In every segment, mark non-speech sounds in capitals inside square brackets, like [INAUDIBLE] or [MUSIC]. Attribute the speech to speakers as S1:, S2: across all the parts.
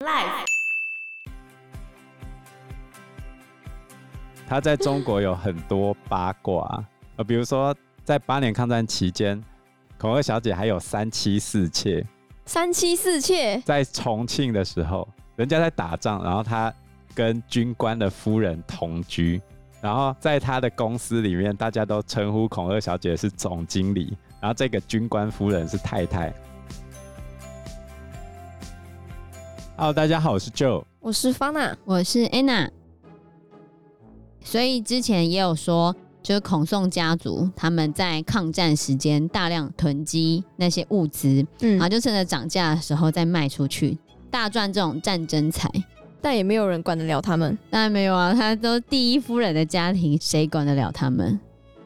S1: Life
S2: 它在中国有很多八卦，呃，比如说在八年抗战期间，孔二小姐还有三妻四妾。
S3: 三妻四妾，
S2: 在重庆的时候，人家在打仗，然后她跟军官的夫人同居，然后在她的公司里面，大家都称呼孔二小姐是总经理，然后这个军官夫人是太太。Hello，大家好，我是 Joe。
S3: 我是方娜。
S4: 我是 Anna。所以之前也有说，就是孔宋家族他们在抗战时间大量囤积那些物资，
S3: 嗯
S4: 然后就趁着涨价的时候再卖出去，大赚这种战争财。
S3: 但也没有人管得了他们。
S4: 当然没有啊，他都第一夫人的家庭，谁管得了他们？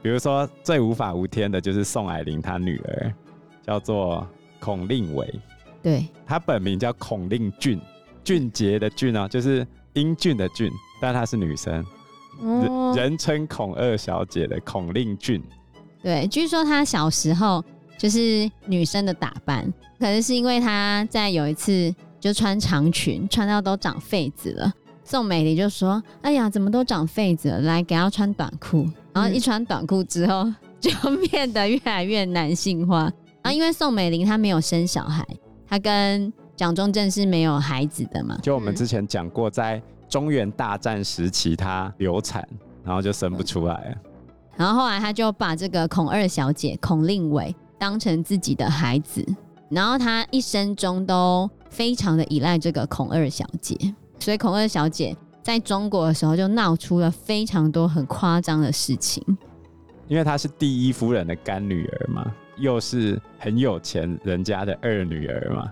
S2: 比如说最无法无天的就是宋霭龄她女儿，叫做孔令伟，
S4: 对，
S2: 她本名叫孔令俊，俊杰的俊哦，就是英俊的俊，但她是女生。
S3: 哦
S2: 人人称孔二小姐的孔令俊，
S4: 对，据说她小时候就是女生的打扮，可能是因为她在有一次就穿长裙，穿到都长痱子了。宋美龄就说：“哎呀，怎么都长痱子了，来给她穿短裤。”然后一
S3: 嗯
S4: 穿短裤之后，就变得越来越男性化。然后因为宋美龄她没有生小孩，她跟蒋中正是没有孩子的嘛，
S2: 就我们
S3: 嗯
S2: 之前讲过，在中原大战时期，她流产，然后就生不出来了。
S4: 然后后来他就把这个孔二小姐孔令伟当成自己的孩子，然后他一生中都非常的依赖这个孔二小姐，所以孔二小姐在中国的时候就闹出了非常多很夸张的事情。
S2: 因为她是第一夫人的干女儿嘛，又是很有钱人家的二女儿嘛。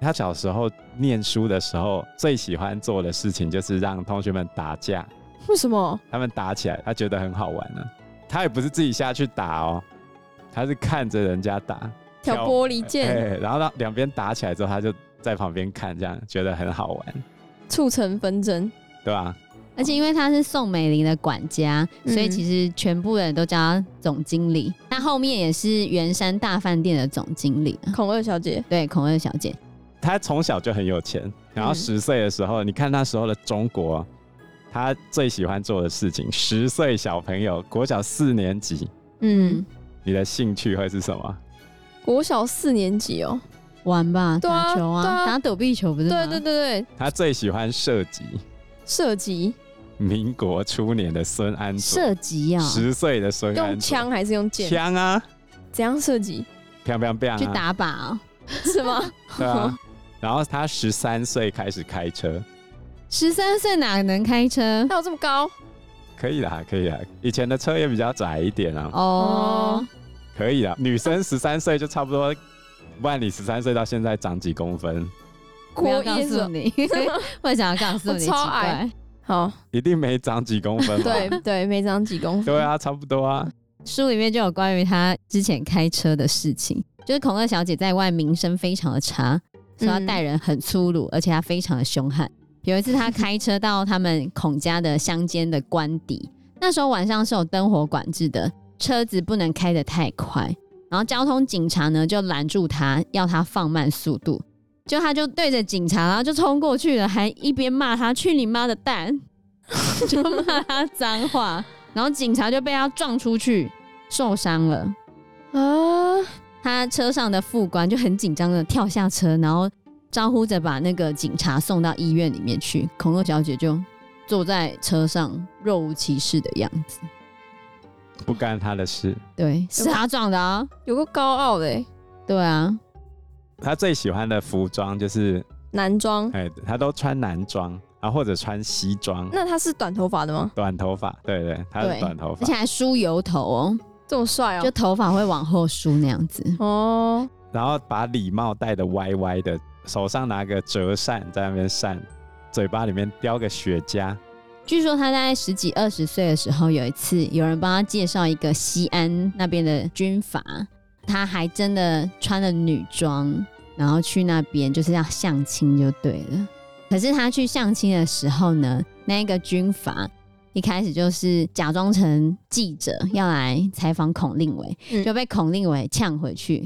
S2: 她小时候念书的时候，最喜欢做的事情就是让同学们打架，
S3: 为什么？
S2: 他们打起来，她觉得很好玩呢、啊。她也不是自己下去打哦，她是看着人家打，挑
S3: 挑拨离
S2: 哎、
S3: 间，
S2: 然后让两边打起来之后，他就在旁边看，这样觉得很好玩，
S3: 促成纷争。
S2: 对吧、
S4: 而且因为她是宋美龄的管家，
S3: 嗯
S4: 所以其实全部人都叫她总经理。那后面也是圆山大饭店的总经理，
S3: 孔二小姐，
S4: 对孔二小姐。
S2: 他从小就很有钱，然后
S3: 嗯
S2: 十岁的时候，你看那时候的中国，他最喜欢做的事情，十岁小朋友，国小四年级，
S3: 嗯，
S2: 你的兴趣会是什么？
S3: 国小四年级哦。
S4: 玩吧，
S3: 对啊
S4: 打球
S3: 对啊
S4: 打躲避球不是
S3: 对
S4: 吗？
S3: 对对对，
S2: 他最喜欢射击。
S3: 射击
S2: 民国初年的孙安佐，
S4: 射击啊，
S2: 十岁的孙安
S3: 用
S2: 佐，
S3: 枪还是用箭？
S2: 枪啊，
S3: 怎样射
S4: [LAUGHS]
S3: 击？
S2: 砰砰砰啊，
S4: 去打靶、哦，
S3: 是吗？
S2: 对
S3: [LAUGHS]
S2: 啊。然后他十三岁开始开车，
S4: 十三岁哪能开车？
S3: 还有这么高？
S2: 可以啦，可以啦。以前的车也比较窄一点啊，
S4: 哦
S3: 哦，
S2: 可以啦。女生十三岁就差不多，万里十三岁到现在长几公分，
S4: 不要
S3: 国
S4: 告
S3: 一是
S4: 诉
S3: 吧
S4: 你， [LAUGHS] 我想要告诉你，
S3: 我超矮
S4: 奇
S3: 好，
S2: 一定没长几公分吧？
S3: 对对，每张几公分。
S2: 对啊，差不多啊。
S4: 怪，书里面就有关于她之前开车的事情，就是孔二小姐在外名声非常的差，所以她待人很粗鲁，而且她非常的凶悍。有一次，她开车到他们孔家的乡间的官邸，那时候晚上是有灯火管制的，车子不能开得太快。然后交通警察呢就拦住他，要他放慢速度。就他就对着警察，然后就冲过去了，还一边骂他“去你妈的蛋”， [LAUGHS] 就骂他脏话。然后警察就被他撞出去，受伤了。
S3: 啊，
S4: 他车上的副官就很紧张的跳下车，然后招呼着把那个警察送到医院里面去。孔二小姐就坐在车上，若无其事的样子。
S2: 不干他的事。
S4: 对，是他撞的啊。
S3: 有个高傲的欸
S4: 对啊，
S2: 他最喜欢的服装就是，
S3: 男
S4: 嗯
S3: 装。
S2: 哎、他都穿男装，然后或者穿西装，
S3: 那他是短头发的吗？
S2: 短头发。对对，他是
S4: 对
S2: 短头
S4: 而
S2: 发
S4: 且。还梳油头哦，
S3: 这么帅哦、
S4: 就头发会往后梳那样子。
S3: 哦，
S2: 然后把礼帽戴的歪歪的，手上拿个折扇在那边扇，嘴巴里面叼个雪茄。
S4: 据说他大概十几二十岁的时候，有一次有人帮他介绍一个西安那边的军阀，他还真的穿了女装，然后去那边就是要相亲就对了。可是他去相亲的时候呢，那一个军阀一开始就是假装成记者要来采访孔令伟，
S3: 嗯
S4: 就被孔令伟呛回去，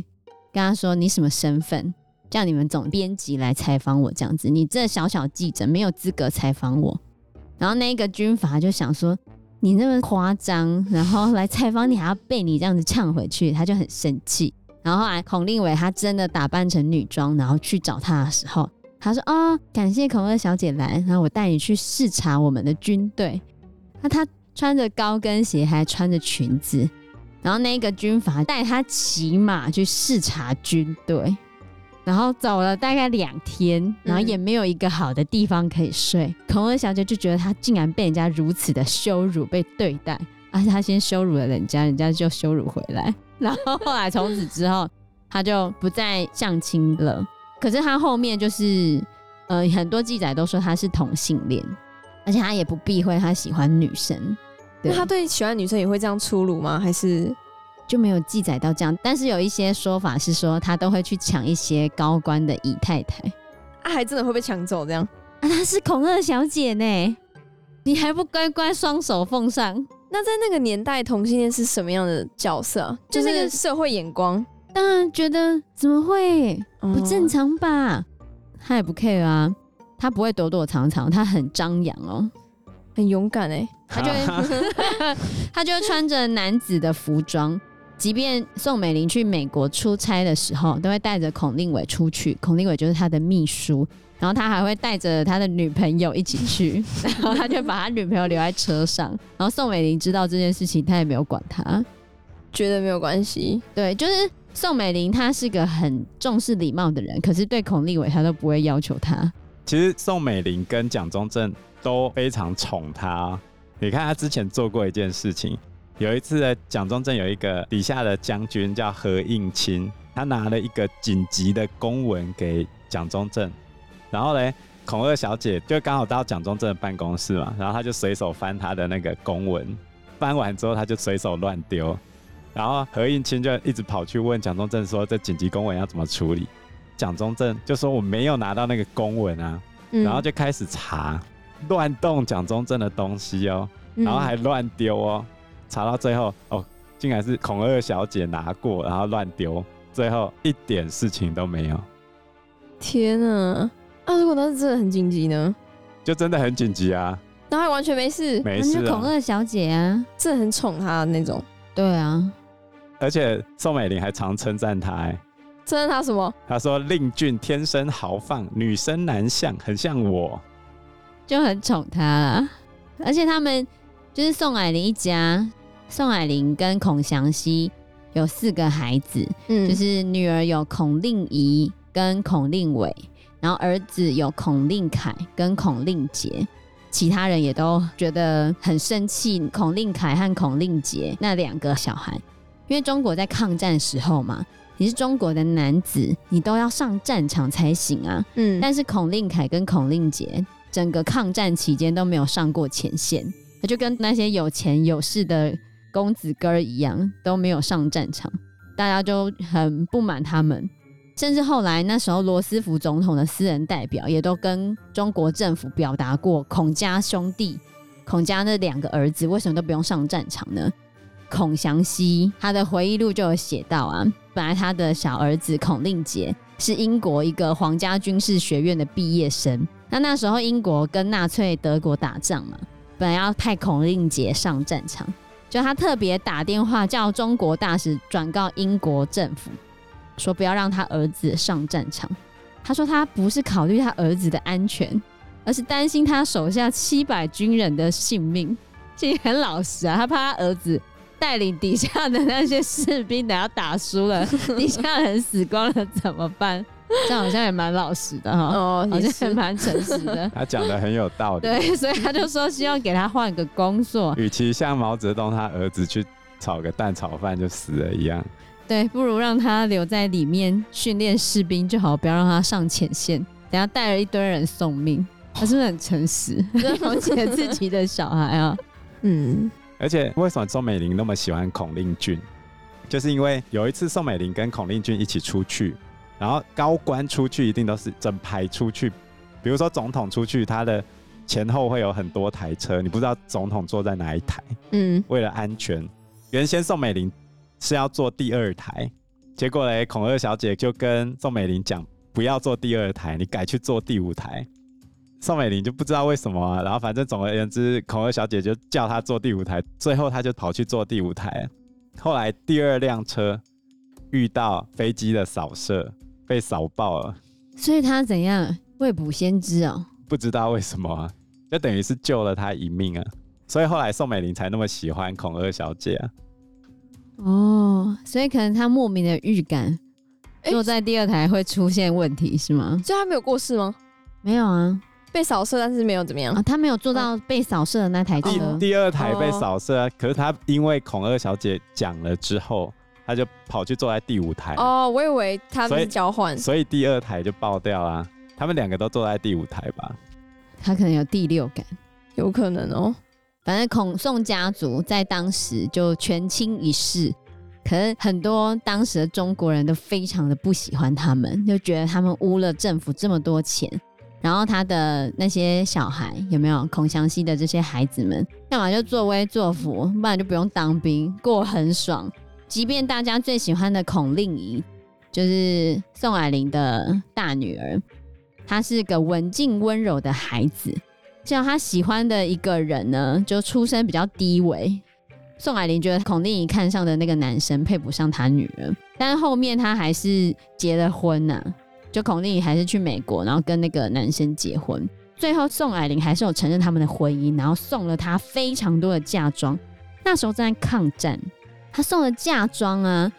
S4: 跟他说你什么身份？叫你们总编辑来采访我这样子，你这小小记者没有资格采访我。然后那一个军阀就想说，你那么夸张，然后来采访你还要被你这样子呛回去，他就很生气。然后后来孔令伟他真的打扮成女装，然后去找他的时候，他说：“哦，感谢孔二小姐来，然后我带你去视察我们的军队。”那他穿着高跟鞋，还穿着裙子，然后那个军阀带他骑马去视察军队，然后走了大概两天，然后也没有一个好的地方可以睡。孔二小姐就觉得她竟然被人家如此的羞辱、被对待，而且她先羞辱了人家，人家就羞辱回来，然后后来从此之后，她就不再相亲了。可是她后面就是，呃，很多记载都说她是同性恋，而且她也不避讳她喜欢女生。
S3: 那他对喜欢的女生也会这样粗鲁吗？还是
S4: 就没有记载到这样，但是有一些说法是说他都会去抢一些高官的姨太太
S3: 啊，还真的会被抢走这样？
S4: 啊，她是孔二小姐呢，你还不乖乖双手奉上？
S3: 那在那个年代，同性恋是什么样的角色啊？就
S4: 就那个
S3: 是社会眼光哦
S4: 当然觉得怎么会
S3: 不
S4: 不正。常吧？嗯他也不 care 啊，他不会躲躲藏藏，他很张扬哦，
S3: 很勇敢哎、
S4: 他就会他就会穿着男子的服装。即便宋美龄去美国出差的时候，都会带着孔令伟出去，孔令伟就是他的秘书，然后他还会带着他的女朋友一起去， [LAUGHS] 然后他就把他女朋友留在车上，然后宋美龄知道这件事情，他也没有管他。
S3: [LAUGHS] 觉得没有关系，
S4: 对，就是宋美龄，她是个很重视礼貌的人，可是对孔令伟，她都不会要求他。
S2: 其实宋美龄跟蒋中正都非常宠她。你看她之前做过一件事情，有一次的蒋中正有一个底下的将军叫何应钦，他拿了一个紧急的公文给蒋中正，然后嘞，孔二小姐就刚好到蒋中正的办公室嘛，然后她就随手翻他的那个公文，翻完之后她就随手乱丢，然后何应钦就一直跑去问蒋中正说这紧急公文要怎么处理，蒋中正就说我没有拿到那个公文啊，
S3: 嗯
S2: 然后就开始查，乱动蒋中正的东西哦，
S4: 嗯
S3: 嗯
S2: 然后还乱丢哦，查到最后哦，竟然是孔二小姐拿过，然后乱丢，最后一点事情都没有，
S3: 天啊啊！如果当时真的很紧急呢，
S2: 就真的很紧急啊，
S3: 然后还完全没事，
S2: 没
S4: 她就是
S2: 事、
S4: 嗯孔
S2: 啊。
S4: 二小姐啊，
S3: 真的很宠他的那种，
S4: 对啊，
S2: 而且宋美龄还常称赞他、欸，
S3: 真的他什么？
S2: 她说令俊天生豪放，女生难像，很像我。。
S4: 就很宠他啦。而且他们就是宋霭龄一家，宋霭龄跟孔祥熙有四个孩子，
S3: 嗯，
S4: 就是女儿有孔令仪跟孔令伟，然后儿子有孔令凯跟孔令杰。其他人也都觉得很生气，孔令凯和孔令杰那两个小孩，因为中国在抗战时候嘛，你是中国的男子，你都要上战场才行啊。
S3: 嗯，
S4: 但是孔令凯跟孔令杰整个抗战期间都没有上过前线，他就跟那些有钱有势的公子哥儿一样，都没有上战场，大家就很不满他们。甚至后来那时候罗斯福总统的私人代表也都跟中国政府表达过，孔家兄弟，孔家那两个儿子为什么都不用上战场呢？孔祥熙他的回忆录就有写到啊，本来他的小儿子孔令杰是英国一个皇家军事学院的毕业生。那那时候英国跟纳粹德国打仗嘛，本来要派孔令杰上战场，就他特别打电话叫中国大使转告英国政府，说不要让他儿子上战场。他说他不是考虑他儿子的安全，而是担心他手下七百军人的性命。其实很老实啊，他怕他儿子带领底下的那些士兵，等下打输
S3: [LAUGHS]
S4: 了，底下人死光了怎么办？这样好像也蛮老实的哈，
S3: 哦，
S4: 好
S3: 也
S4: 像也
S3: 是，
S4: 蛮诚实的
S2: 她讲的很有道
S3: [LAUGHS]
S2: 理，
S4: [LAUGHS] 对，所以他就说希望给他换个工作，
S2: 与其像毛泽东他儿子去炒个蛋炒饭就死了一样，
S4: 对，不如让他留在里面训练士兵就好，不要让他上前线，等下带了一堆人送命。他是不是很诚实？ [LAUGHS] 了解自己的小孩啊，
S3: [LAUGHS] 嗯，
S2: 而且为什么宋美龄那么喜欢孔令俊？就是因为有一次宋美龄跟孔令俊一起出去，然后高官出去一定都是整排出去，比如说总统出去，他的前后会有很多台车，你不知道总统坐在哪一台。
S3: 嗯，
S2: 为了安全，原先宋美龄是要坐第二台，结果嘞，孔二小姐就跟宋美龄讲不要做第二台，你改去做第五台。宋美龄就不知道为什么、啊，然后反正总而言之，孔二小姐就叫她做第五台，最后她就跑去做第五台。后来第二辆车遇到飞机的扫射，被扫爆了，
S4: 所以他怎样未卜先知哦。
S2: 不知道为什么啊、就等于是救了她一命啊。所以后来宋美龄才那么喜欢孔二小姐啊。
S4: 哦，所以可能他莫名的预感，
S3: 诶
S4: 坐在第二台会出现问题是吗？
S3: 所以他没有过世吗？
S4: 没有啊，
S3: 被扫射，但是没有怎么样
S4: 啊，。他没有坐到被扫射的那台
S2: 第
S4: 车。
S2: 第二台被
S3: 哦
S2: 扫射啊，可是她因为孔二小姐讲了之后，她就跑去坐在第五台，
S3: 哦，我以为他们
S2: 所以
S3: 是交换。
S2: 所以第二台就爆掉啦。他们两个都坐在第五台吧？
S4: 他可能有第六感。
S3: 有可能哦。
S4: 反正孔宋家族在当时就权倾一室，可是很多当时的中国人都非常的不喜欢他们，就觉得他们污了政府这么多钱。然后他的那些小孩有没有孔祥熙的这些孩子们，要么就作威作福，不然就不用当兵，过很爽。即便大家最喜欢的孔令仪，就是宋霭龄的大女儿，她是个文静温柔的孩子，像他喜欢的一个人呢，就出身比较低微。宋霭龄觉得孔令仪看上的那个男生配不上他女儿，但是后面他还是结了婚呐、就孔令仪还是去美国，然后跟那个男生结婚。最后宋霭龄还是有承认他们的婚姻，然后送了他非常多的嫁妆。那时候正在抗战，他送的嫁妆啊，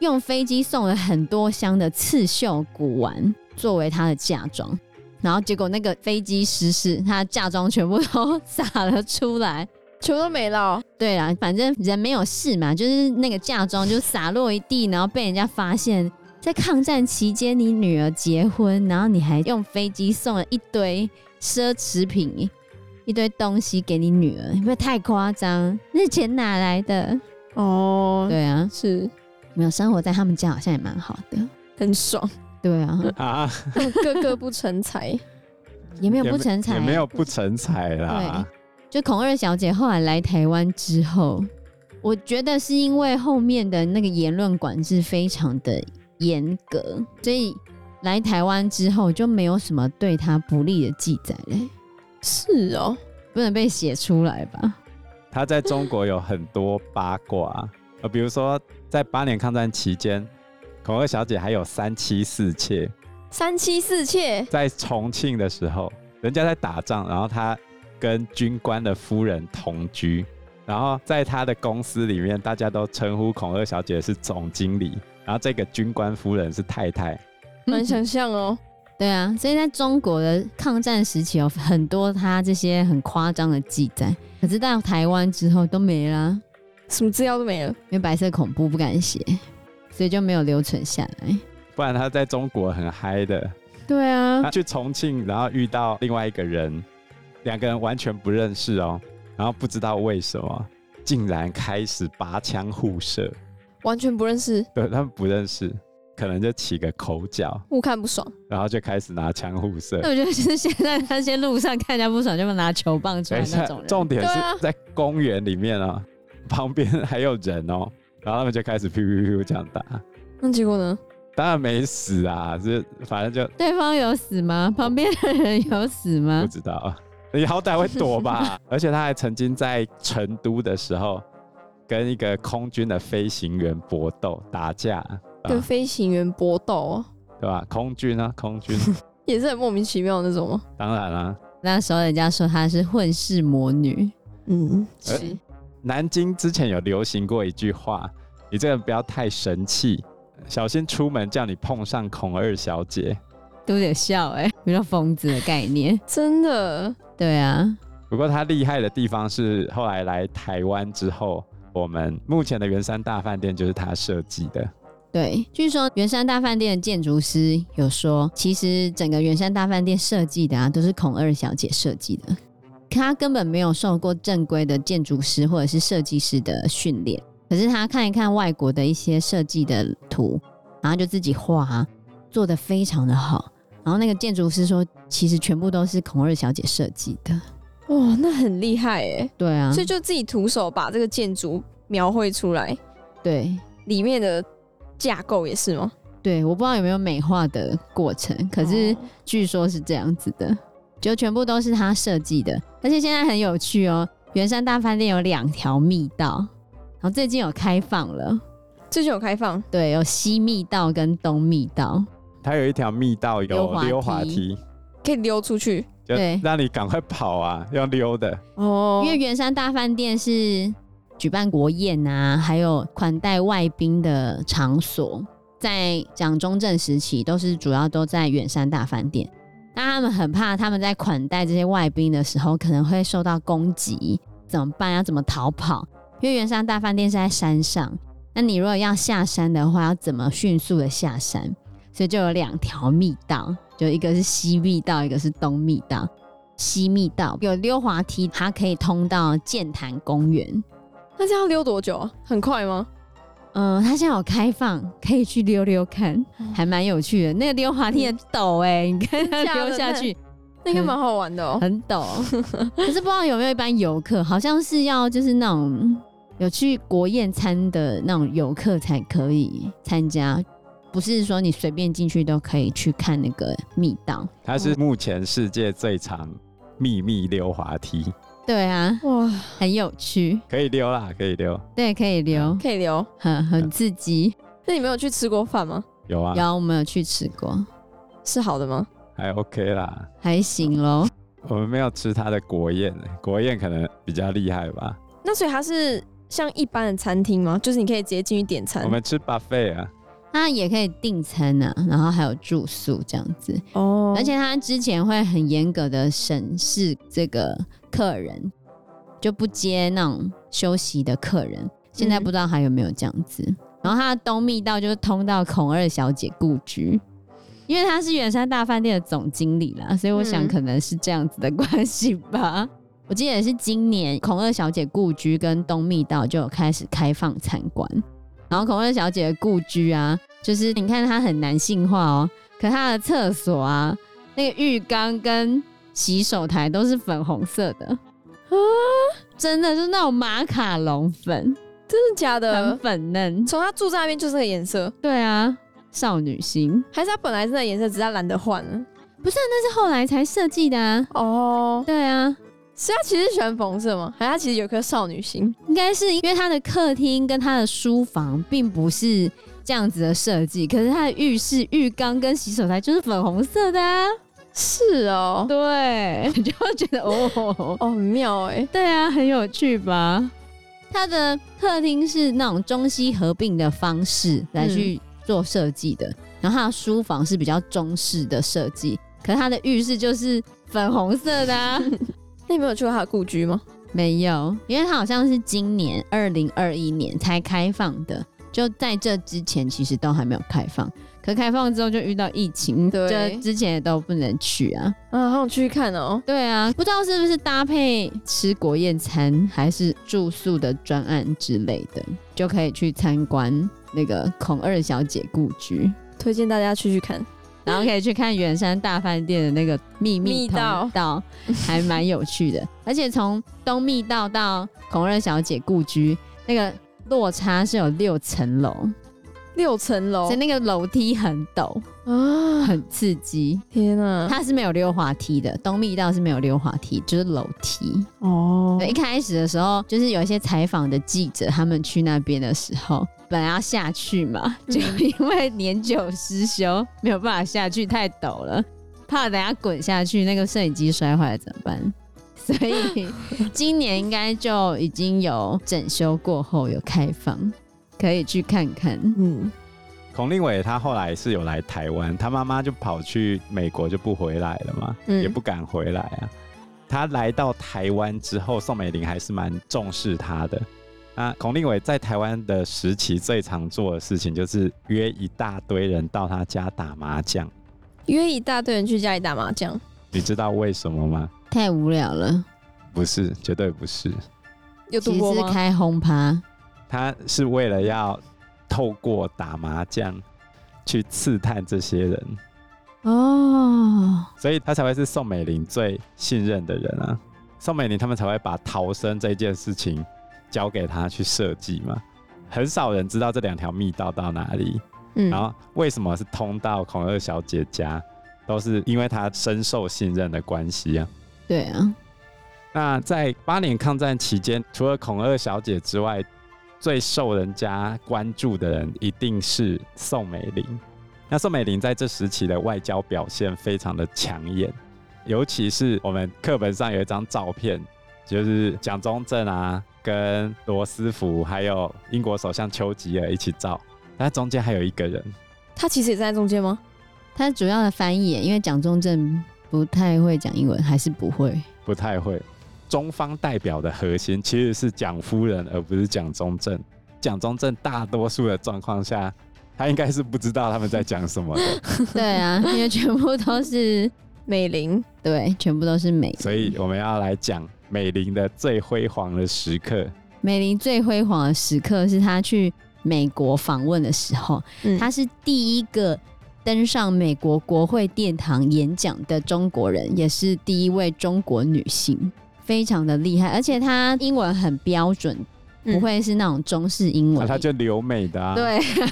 S4: 用飞机送了很多箱的刺绣古玩作为他的嫁妆。然后结果那个飞机失事，他的嫁妆全部都洒了出来。
S3: 全部都没了，哦
S4: 对啦，反正人没有事嘛，就是那个嫁妆就洒落一地，然后被人家发现。在抗战期间，你女儿结婚，然后你还用飞机送了一堆奢侈品、一堆东西给你女儿，你不会太夸张？那钱哪来的？
S3: 哦，
S4: 对啊，
S3: 是
S4: 没有生活在他们家好像也蛮好的。
S3: 很爽，
S4: 对啊，
S2: 啊，
S3: 个个不成才，
S4: 也没有
S2: 也
S4: 不
S2: 没
S4: 成才、嗯
S2: 也没有不成才啦。
S4: 就孔二小姐后来来台湾之后，我觉得是因为后面的那个言论管制非常的严格，所以来台湾之后就没有什么对她不利的记载嘞，
S3: 是哦，
S4: 不能被写出来吧？
S2: 他在中国有很多八卦，呃，比如说在八年抗战期间，孔二小姐还有三妻四妾。
S3: 三妻四妾，
S2: 在重庆的时候，人家在打仗，然后她跟军官的夫人同居，然后在她的公司里面，大家都称呼孔二小姐是总经理，然后这个军官夫人是太太。
S4: 嗯
S3: 难想象哦。
S4: 对啊，所以在中国的抗战时期有很多她这些很夸张的记载，可是到台湾之后都没啦，
S3: 什么资料都没了，
S4: 因为白色恐怖不敢写，所以就没有留存下来。
S2: 不然她在中国很嗨的，
S4: 对啊
S3: 嗯
S2: 她去重庆，然后遇到另外一个人，两个人完全不认识哦，然后不知道为什么，竟然开始拔枪互射，
S3: 完全不认识，
S2: 对他们不认识，可能就起个口角，
S3: 互看不爽。
S2: 然后就开始拿枪互射。
S4: 那我觉得就是现在那些路上看人家不爽就拿球棒出
S2: 等
S4: 来
S2: 一
S4: 那
S2: 下
S4: 种，人，
S2: 重点
S3: 对啊
S2: 是在公园里面啊， [LAUGHS] 旁边还有人哦，然后他们就开始噗噗噗这样打，
S3: 那结果呢？
S2: 当然没死啊，是反正就
S4: 对方有死吗？旁边的人有死吗
S2: 不？知道啊，
S4: 嗯
S2: 你好歹会躲
S4: [LAUGHS]
S2: 吧。而且他还曾经在成都的时候跟一个空军的飞行员搏斗打架，啊
S3: 跟飞行员搏斗哦，
S2: 对吧？空军啊，空
S4: [LAUGHS]
S2: 军，
S3: 也是很莫名其妙的那种哦吗？
S2: 当然啦、啊
S4: 那时候人家说她是混世魔女，
S3: 嗯，
S2: 呃
S3: 是
S2: 南京之前有流行过一句话：“你这个人不要太神气，小心出门叫你碰上孔二小姐。”
S4: 都得笑哎、欸，比较疯子的概念。
S3: 真的
S4: 对啊，
S2: 不过他厉害的地方是，后来来台湾之后，我们目前的圆山大饭店就是他设计的。
S4: 对，据说圆山大饭店的建筑师有说，其实整个圆山大饭店设计的啊，都是孔二小姐设计的，可她根本没有受过正规的建筑师或者是设计师的训练。可是她看一看外国的一些设计的图，然后就自己画、啊，做的非常的好。然后那个建筑师说，其实全部都是孔二小姐设计的。
S3: 哇，哦那很厉害哎。
S4: 对啊，
S3: 所以就自己徒手把这个建筑描绘出来，
S4: 对，
S3: 里面的架构也是吗？
S4: 对，我不知道有没有美化的过程，可是
S3: 哦
S4: 据说是这样子的，就全部都是他设计的。而且现在很有趣哦，圆山大饭店有两条密道，然后最近有开放了，
S3: 最近有开放，
S4: 对，有西密道跟东密道，
S2: 它有一条密道
S4: 溜
S2: 有
S4: 滑
S2: 溜滑
S4: 梯
S2: 梯，
S3: 可以溜出去
S2: 就
S4: 对
S2: 让你赶快跑啊，要溜的。
S3: 哦
S4: 因为圆山大饭店是举办国宴啊，还有款待外宾的场所，在蒋中正时期都是主要都在圆山大饭店。那他们很怕他们在款待这些外宾的时候可能会受到攻击，怎么办？要怎么逃跑？因为圆山大饭店是在山上，那你如果要下山的话，要怎么迅速的下山？所以就有两条密道，就一个是西密道，一个是东密道。西密道有溜滑梯，它可以通到剑潭公园。
S3: 那这样溜多久啊？很快吗？
S4: 嗯、它现在有开放，可以去溜溜看，
S3: 嗯
S4: 还蛮有趣的。那个溜滑梯很陡
S3: [LAUGHS]
S4: 哎、你看它
S3: 真假的
S4: 溜下去
S3: 那应该蛮好玩的哦。
S4: 很陡， [LAUGHS] 可是不知道有没有一般游客，好像是要就是那种有去国宴餐的那种游客才可以参加，不是说你随便进去都可以去看那个密道。
S2: 它是目前世界最长秘密溜滑梯，
S4: 对啊，
S3: 哇，
S4: 很有趣，
S2: 可以溜啦，可以溜。
S4: 对，可以溜，
S3: 可以溜。
S4: 很很刺激。
S3: 那你没有去吃过饭吗？
S2: 有啊，
S4: 然后我们有去吃过，
S3: 是好的吗？
S2: 还 OK 啦。
S4: 还行咯。
S2: 我们没有吃它的国宴，国宴可能比较厉害吧。
S3: 那所以它是像一般的餐厅吗？就是你可以直接进去点餐
S2: 我。们吃 buffet 啊，
S4: 它也可以订餐啊，然后还有住宿这样子，
S3: 哦
S4: 而且它之前会很严格的审视这个客人，就不接那种休息的客人。现在不知道还有没有这样子。然后它的东密道就是通到孔二小姐故居，因为她是远山大饭店的总经理啦，所以我想
S3: 嗯
S4: 可能是这样子的关系吧。 [LAUGHS] 我记得也是今年孔二小姐故居跟东密道就有开始开放参观，然后孔二小姐的故居啊，就是你看它很男性化哦，可它的厕所啊，那个浴缸跟洗手台都是粉红色的啊，真的就是那种马卡龙粉，
S3: 真的假
S4: 很
S3: 的？
S4: 粉嫩。
S3: 从他住在那边就是那个颜色，
S4: 对啊，少女心，
S3: 还是他本来是那个颜色，只是他懒得换了？
S4: 这是后来才设计的啊。
S3: 哦，
S4: 对啊，
S3: 所以他其实喜欢红色吗？还是他其实有颗少女心？
S4: 应该是因为它的客厅跟它的书房并不是这样子的设计，可是它的浴室、浴缸跟洗手台就是粉红色的啊。
S3: 是哦，
S4: 对，你就会觉得哦，
S3: 哦，很妙哎、
S4: 对啊，很有趣吧？它的客厅是那种中西合并的方式来去做设计的，然后它的书房是比较中式的设计，可是它的浴室就是粉红色的、啊。
S3: 那你没有去过他的故居吗？
S4: 没有，因为它好像是今年二零二一年才开放的，就在这之前其实都还没有开放。可开放之后就遇到疫情，
S3: 对
S4: 就之前也都不能去啊。
S3: 啊，好想去看哦。
S4: 对啊，不知道是不是搭配吃国宴餐还是住宿的专案之类的，就可以去参观那个孔二小姐故居，
S3: 推荐大家去去看。
S4: 然后可以去看圆山大饭店的那个秘密
S3: 密
S4: 通
S3: 道
S4: 道，还蛮有趣的。而且从东密道到孔二小姐故居，那个落差是有六层楼，
S3: 六层楼
S4: 所以那个楼梯很陡，
S3: 啊！
S4: 很刺激。
S3: [LAUGHS] 天哪、
S4: 它是没有溜滑梯的，东密道是没有溜滑梯，就是楼梯。
S3: 哦
S4: 对，一开始的时候，就是有一些采访的记者，他们去那边的时候，本来要下去嘛，
S3: 嗯
S4: 就因为年久失修，没有办法下去，太陡了，怕等下滚下去，那个摄影机摔坏了怎么办？所以今年应该就已经有整修过后有开放，可以去看看。
S3: 嗯，
S2: 孔令伟他后来是有来台湾，他妈妈就跑去美国就不回来了嘛，
S3: 嗯
S2: 也不敢回来啊。他来到台湾之后，宋美龄还是蛮重视他的。那孔令伟在台湾的时期最常做的事情就是约一大堆人到他家打麻将，
S3: 约一大堆人去家里打麻将，
S2: 你知道为什么吗？
S4: 太无聊了，
S2: 不是，绝对不是，
S3: 有
S4: 其
S3: 赌
S4: 实
S3: 博
S4: 是
S3: 吗？
S4: 开轰趴，
S2: 他是为了要透过打麻将去刺探这些人，
S4: 哦，
S2: 所以他才会是宋美龄最信任的人啊。宋美龄他们才会把逃生这件事情交给他去设计嘛。很少人知道这两条密道到哪里，
S3: 嗯
S2: 然后为什么是通到孔二小姐家，都是因为她深受信任的关系啊。
S4: 对啊，
S2: 那在八年抗战期间，除了孔二小姐之外，最受人家关注的人一定是宋美龄。那宋美龄在这时期的外交表现非常的抢眼，尤其是我们课本上有一张照片，就是蒋中正啊跟罗斯福还有英国首相丘吉尔一起照，但中间还有一个人，
S3: 他其实也站在中间吗？
S4: 他主要的翻译耶，因为蒋中正不太会讲英文，还是不会。
S2: 不太会。中方代表的核心其实是蒋夫人，而不是蒋中正。蒋中正大多数的状况下，他应该是不知道他们在讲什么的，
S3: [LAUGHS]
S4: 对啊，因为全部都是
S3: 美玲，
S4: 对，全部都是美。
S2: 所以我们要来讲美玲的最辉煌的时刻。
S4: 美玲最辉煌的时刻是她去美国访问的时候，
S3: 嗯，
S4: 她是第一个登上美国国会殿堂演讲的中国人，也是第一位中国女性，非常的厉害。而且她英文很标准，
S3: 嗯
S4: 不会是那种中式英
S2: 那、
S4: 文。
S2: 他就留美的啊，
S4: 对， [LAUGHS]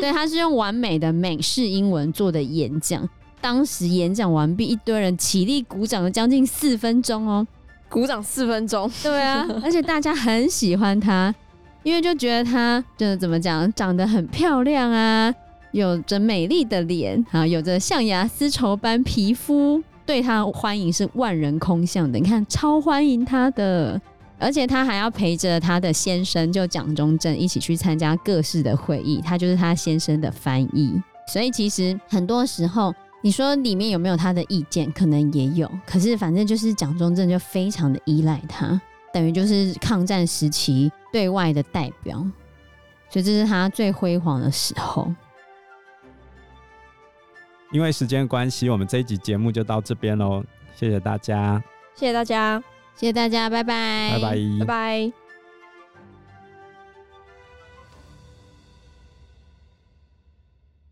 S4: 对，她是用完美的美式英文做的演讲。当时演讲完毕，一堆人起立鼓掌了将近四分钟哦。
S3: 鼓掌四分钟，
S4: [LAUGHS] 对啊，而且大家很喜欢她，因为就觉得她就是怎么讲，长得很漂亮啊，有着美丽的脸，啊，有着象牙丝绸般皮肤，对她欢迎是万人空巷的。你看，超欢迎她的，而且她还要陪着她的先生，就蒋中正一起去参加各式的会议，她就是她先生的翻译。所以其实很多时候，你说里面有没有他的意见，可能也有，可是反正就是蒋中正就非常的依赖他，等于就是抗战时期对外的代表，所以这是他最辉煌的时候。
S2: 因为时间关系，我们这一集节目就到这边喽，谢谢大家，
S3: 谢谢大家，
S4: 谢谢大家，拜拜，
S2: 拜拜
S3: 拜拜。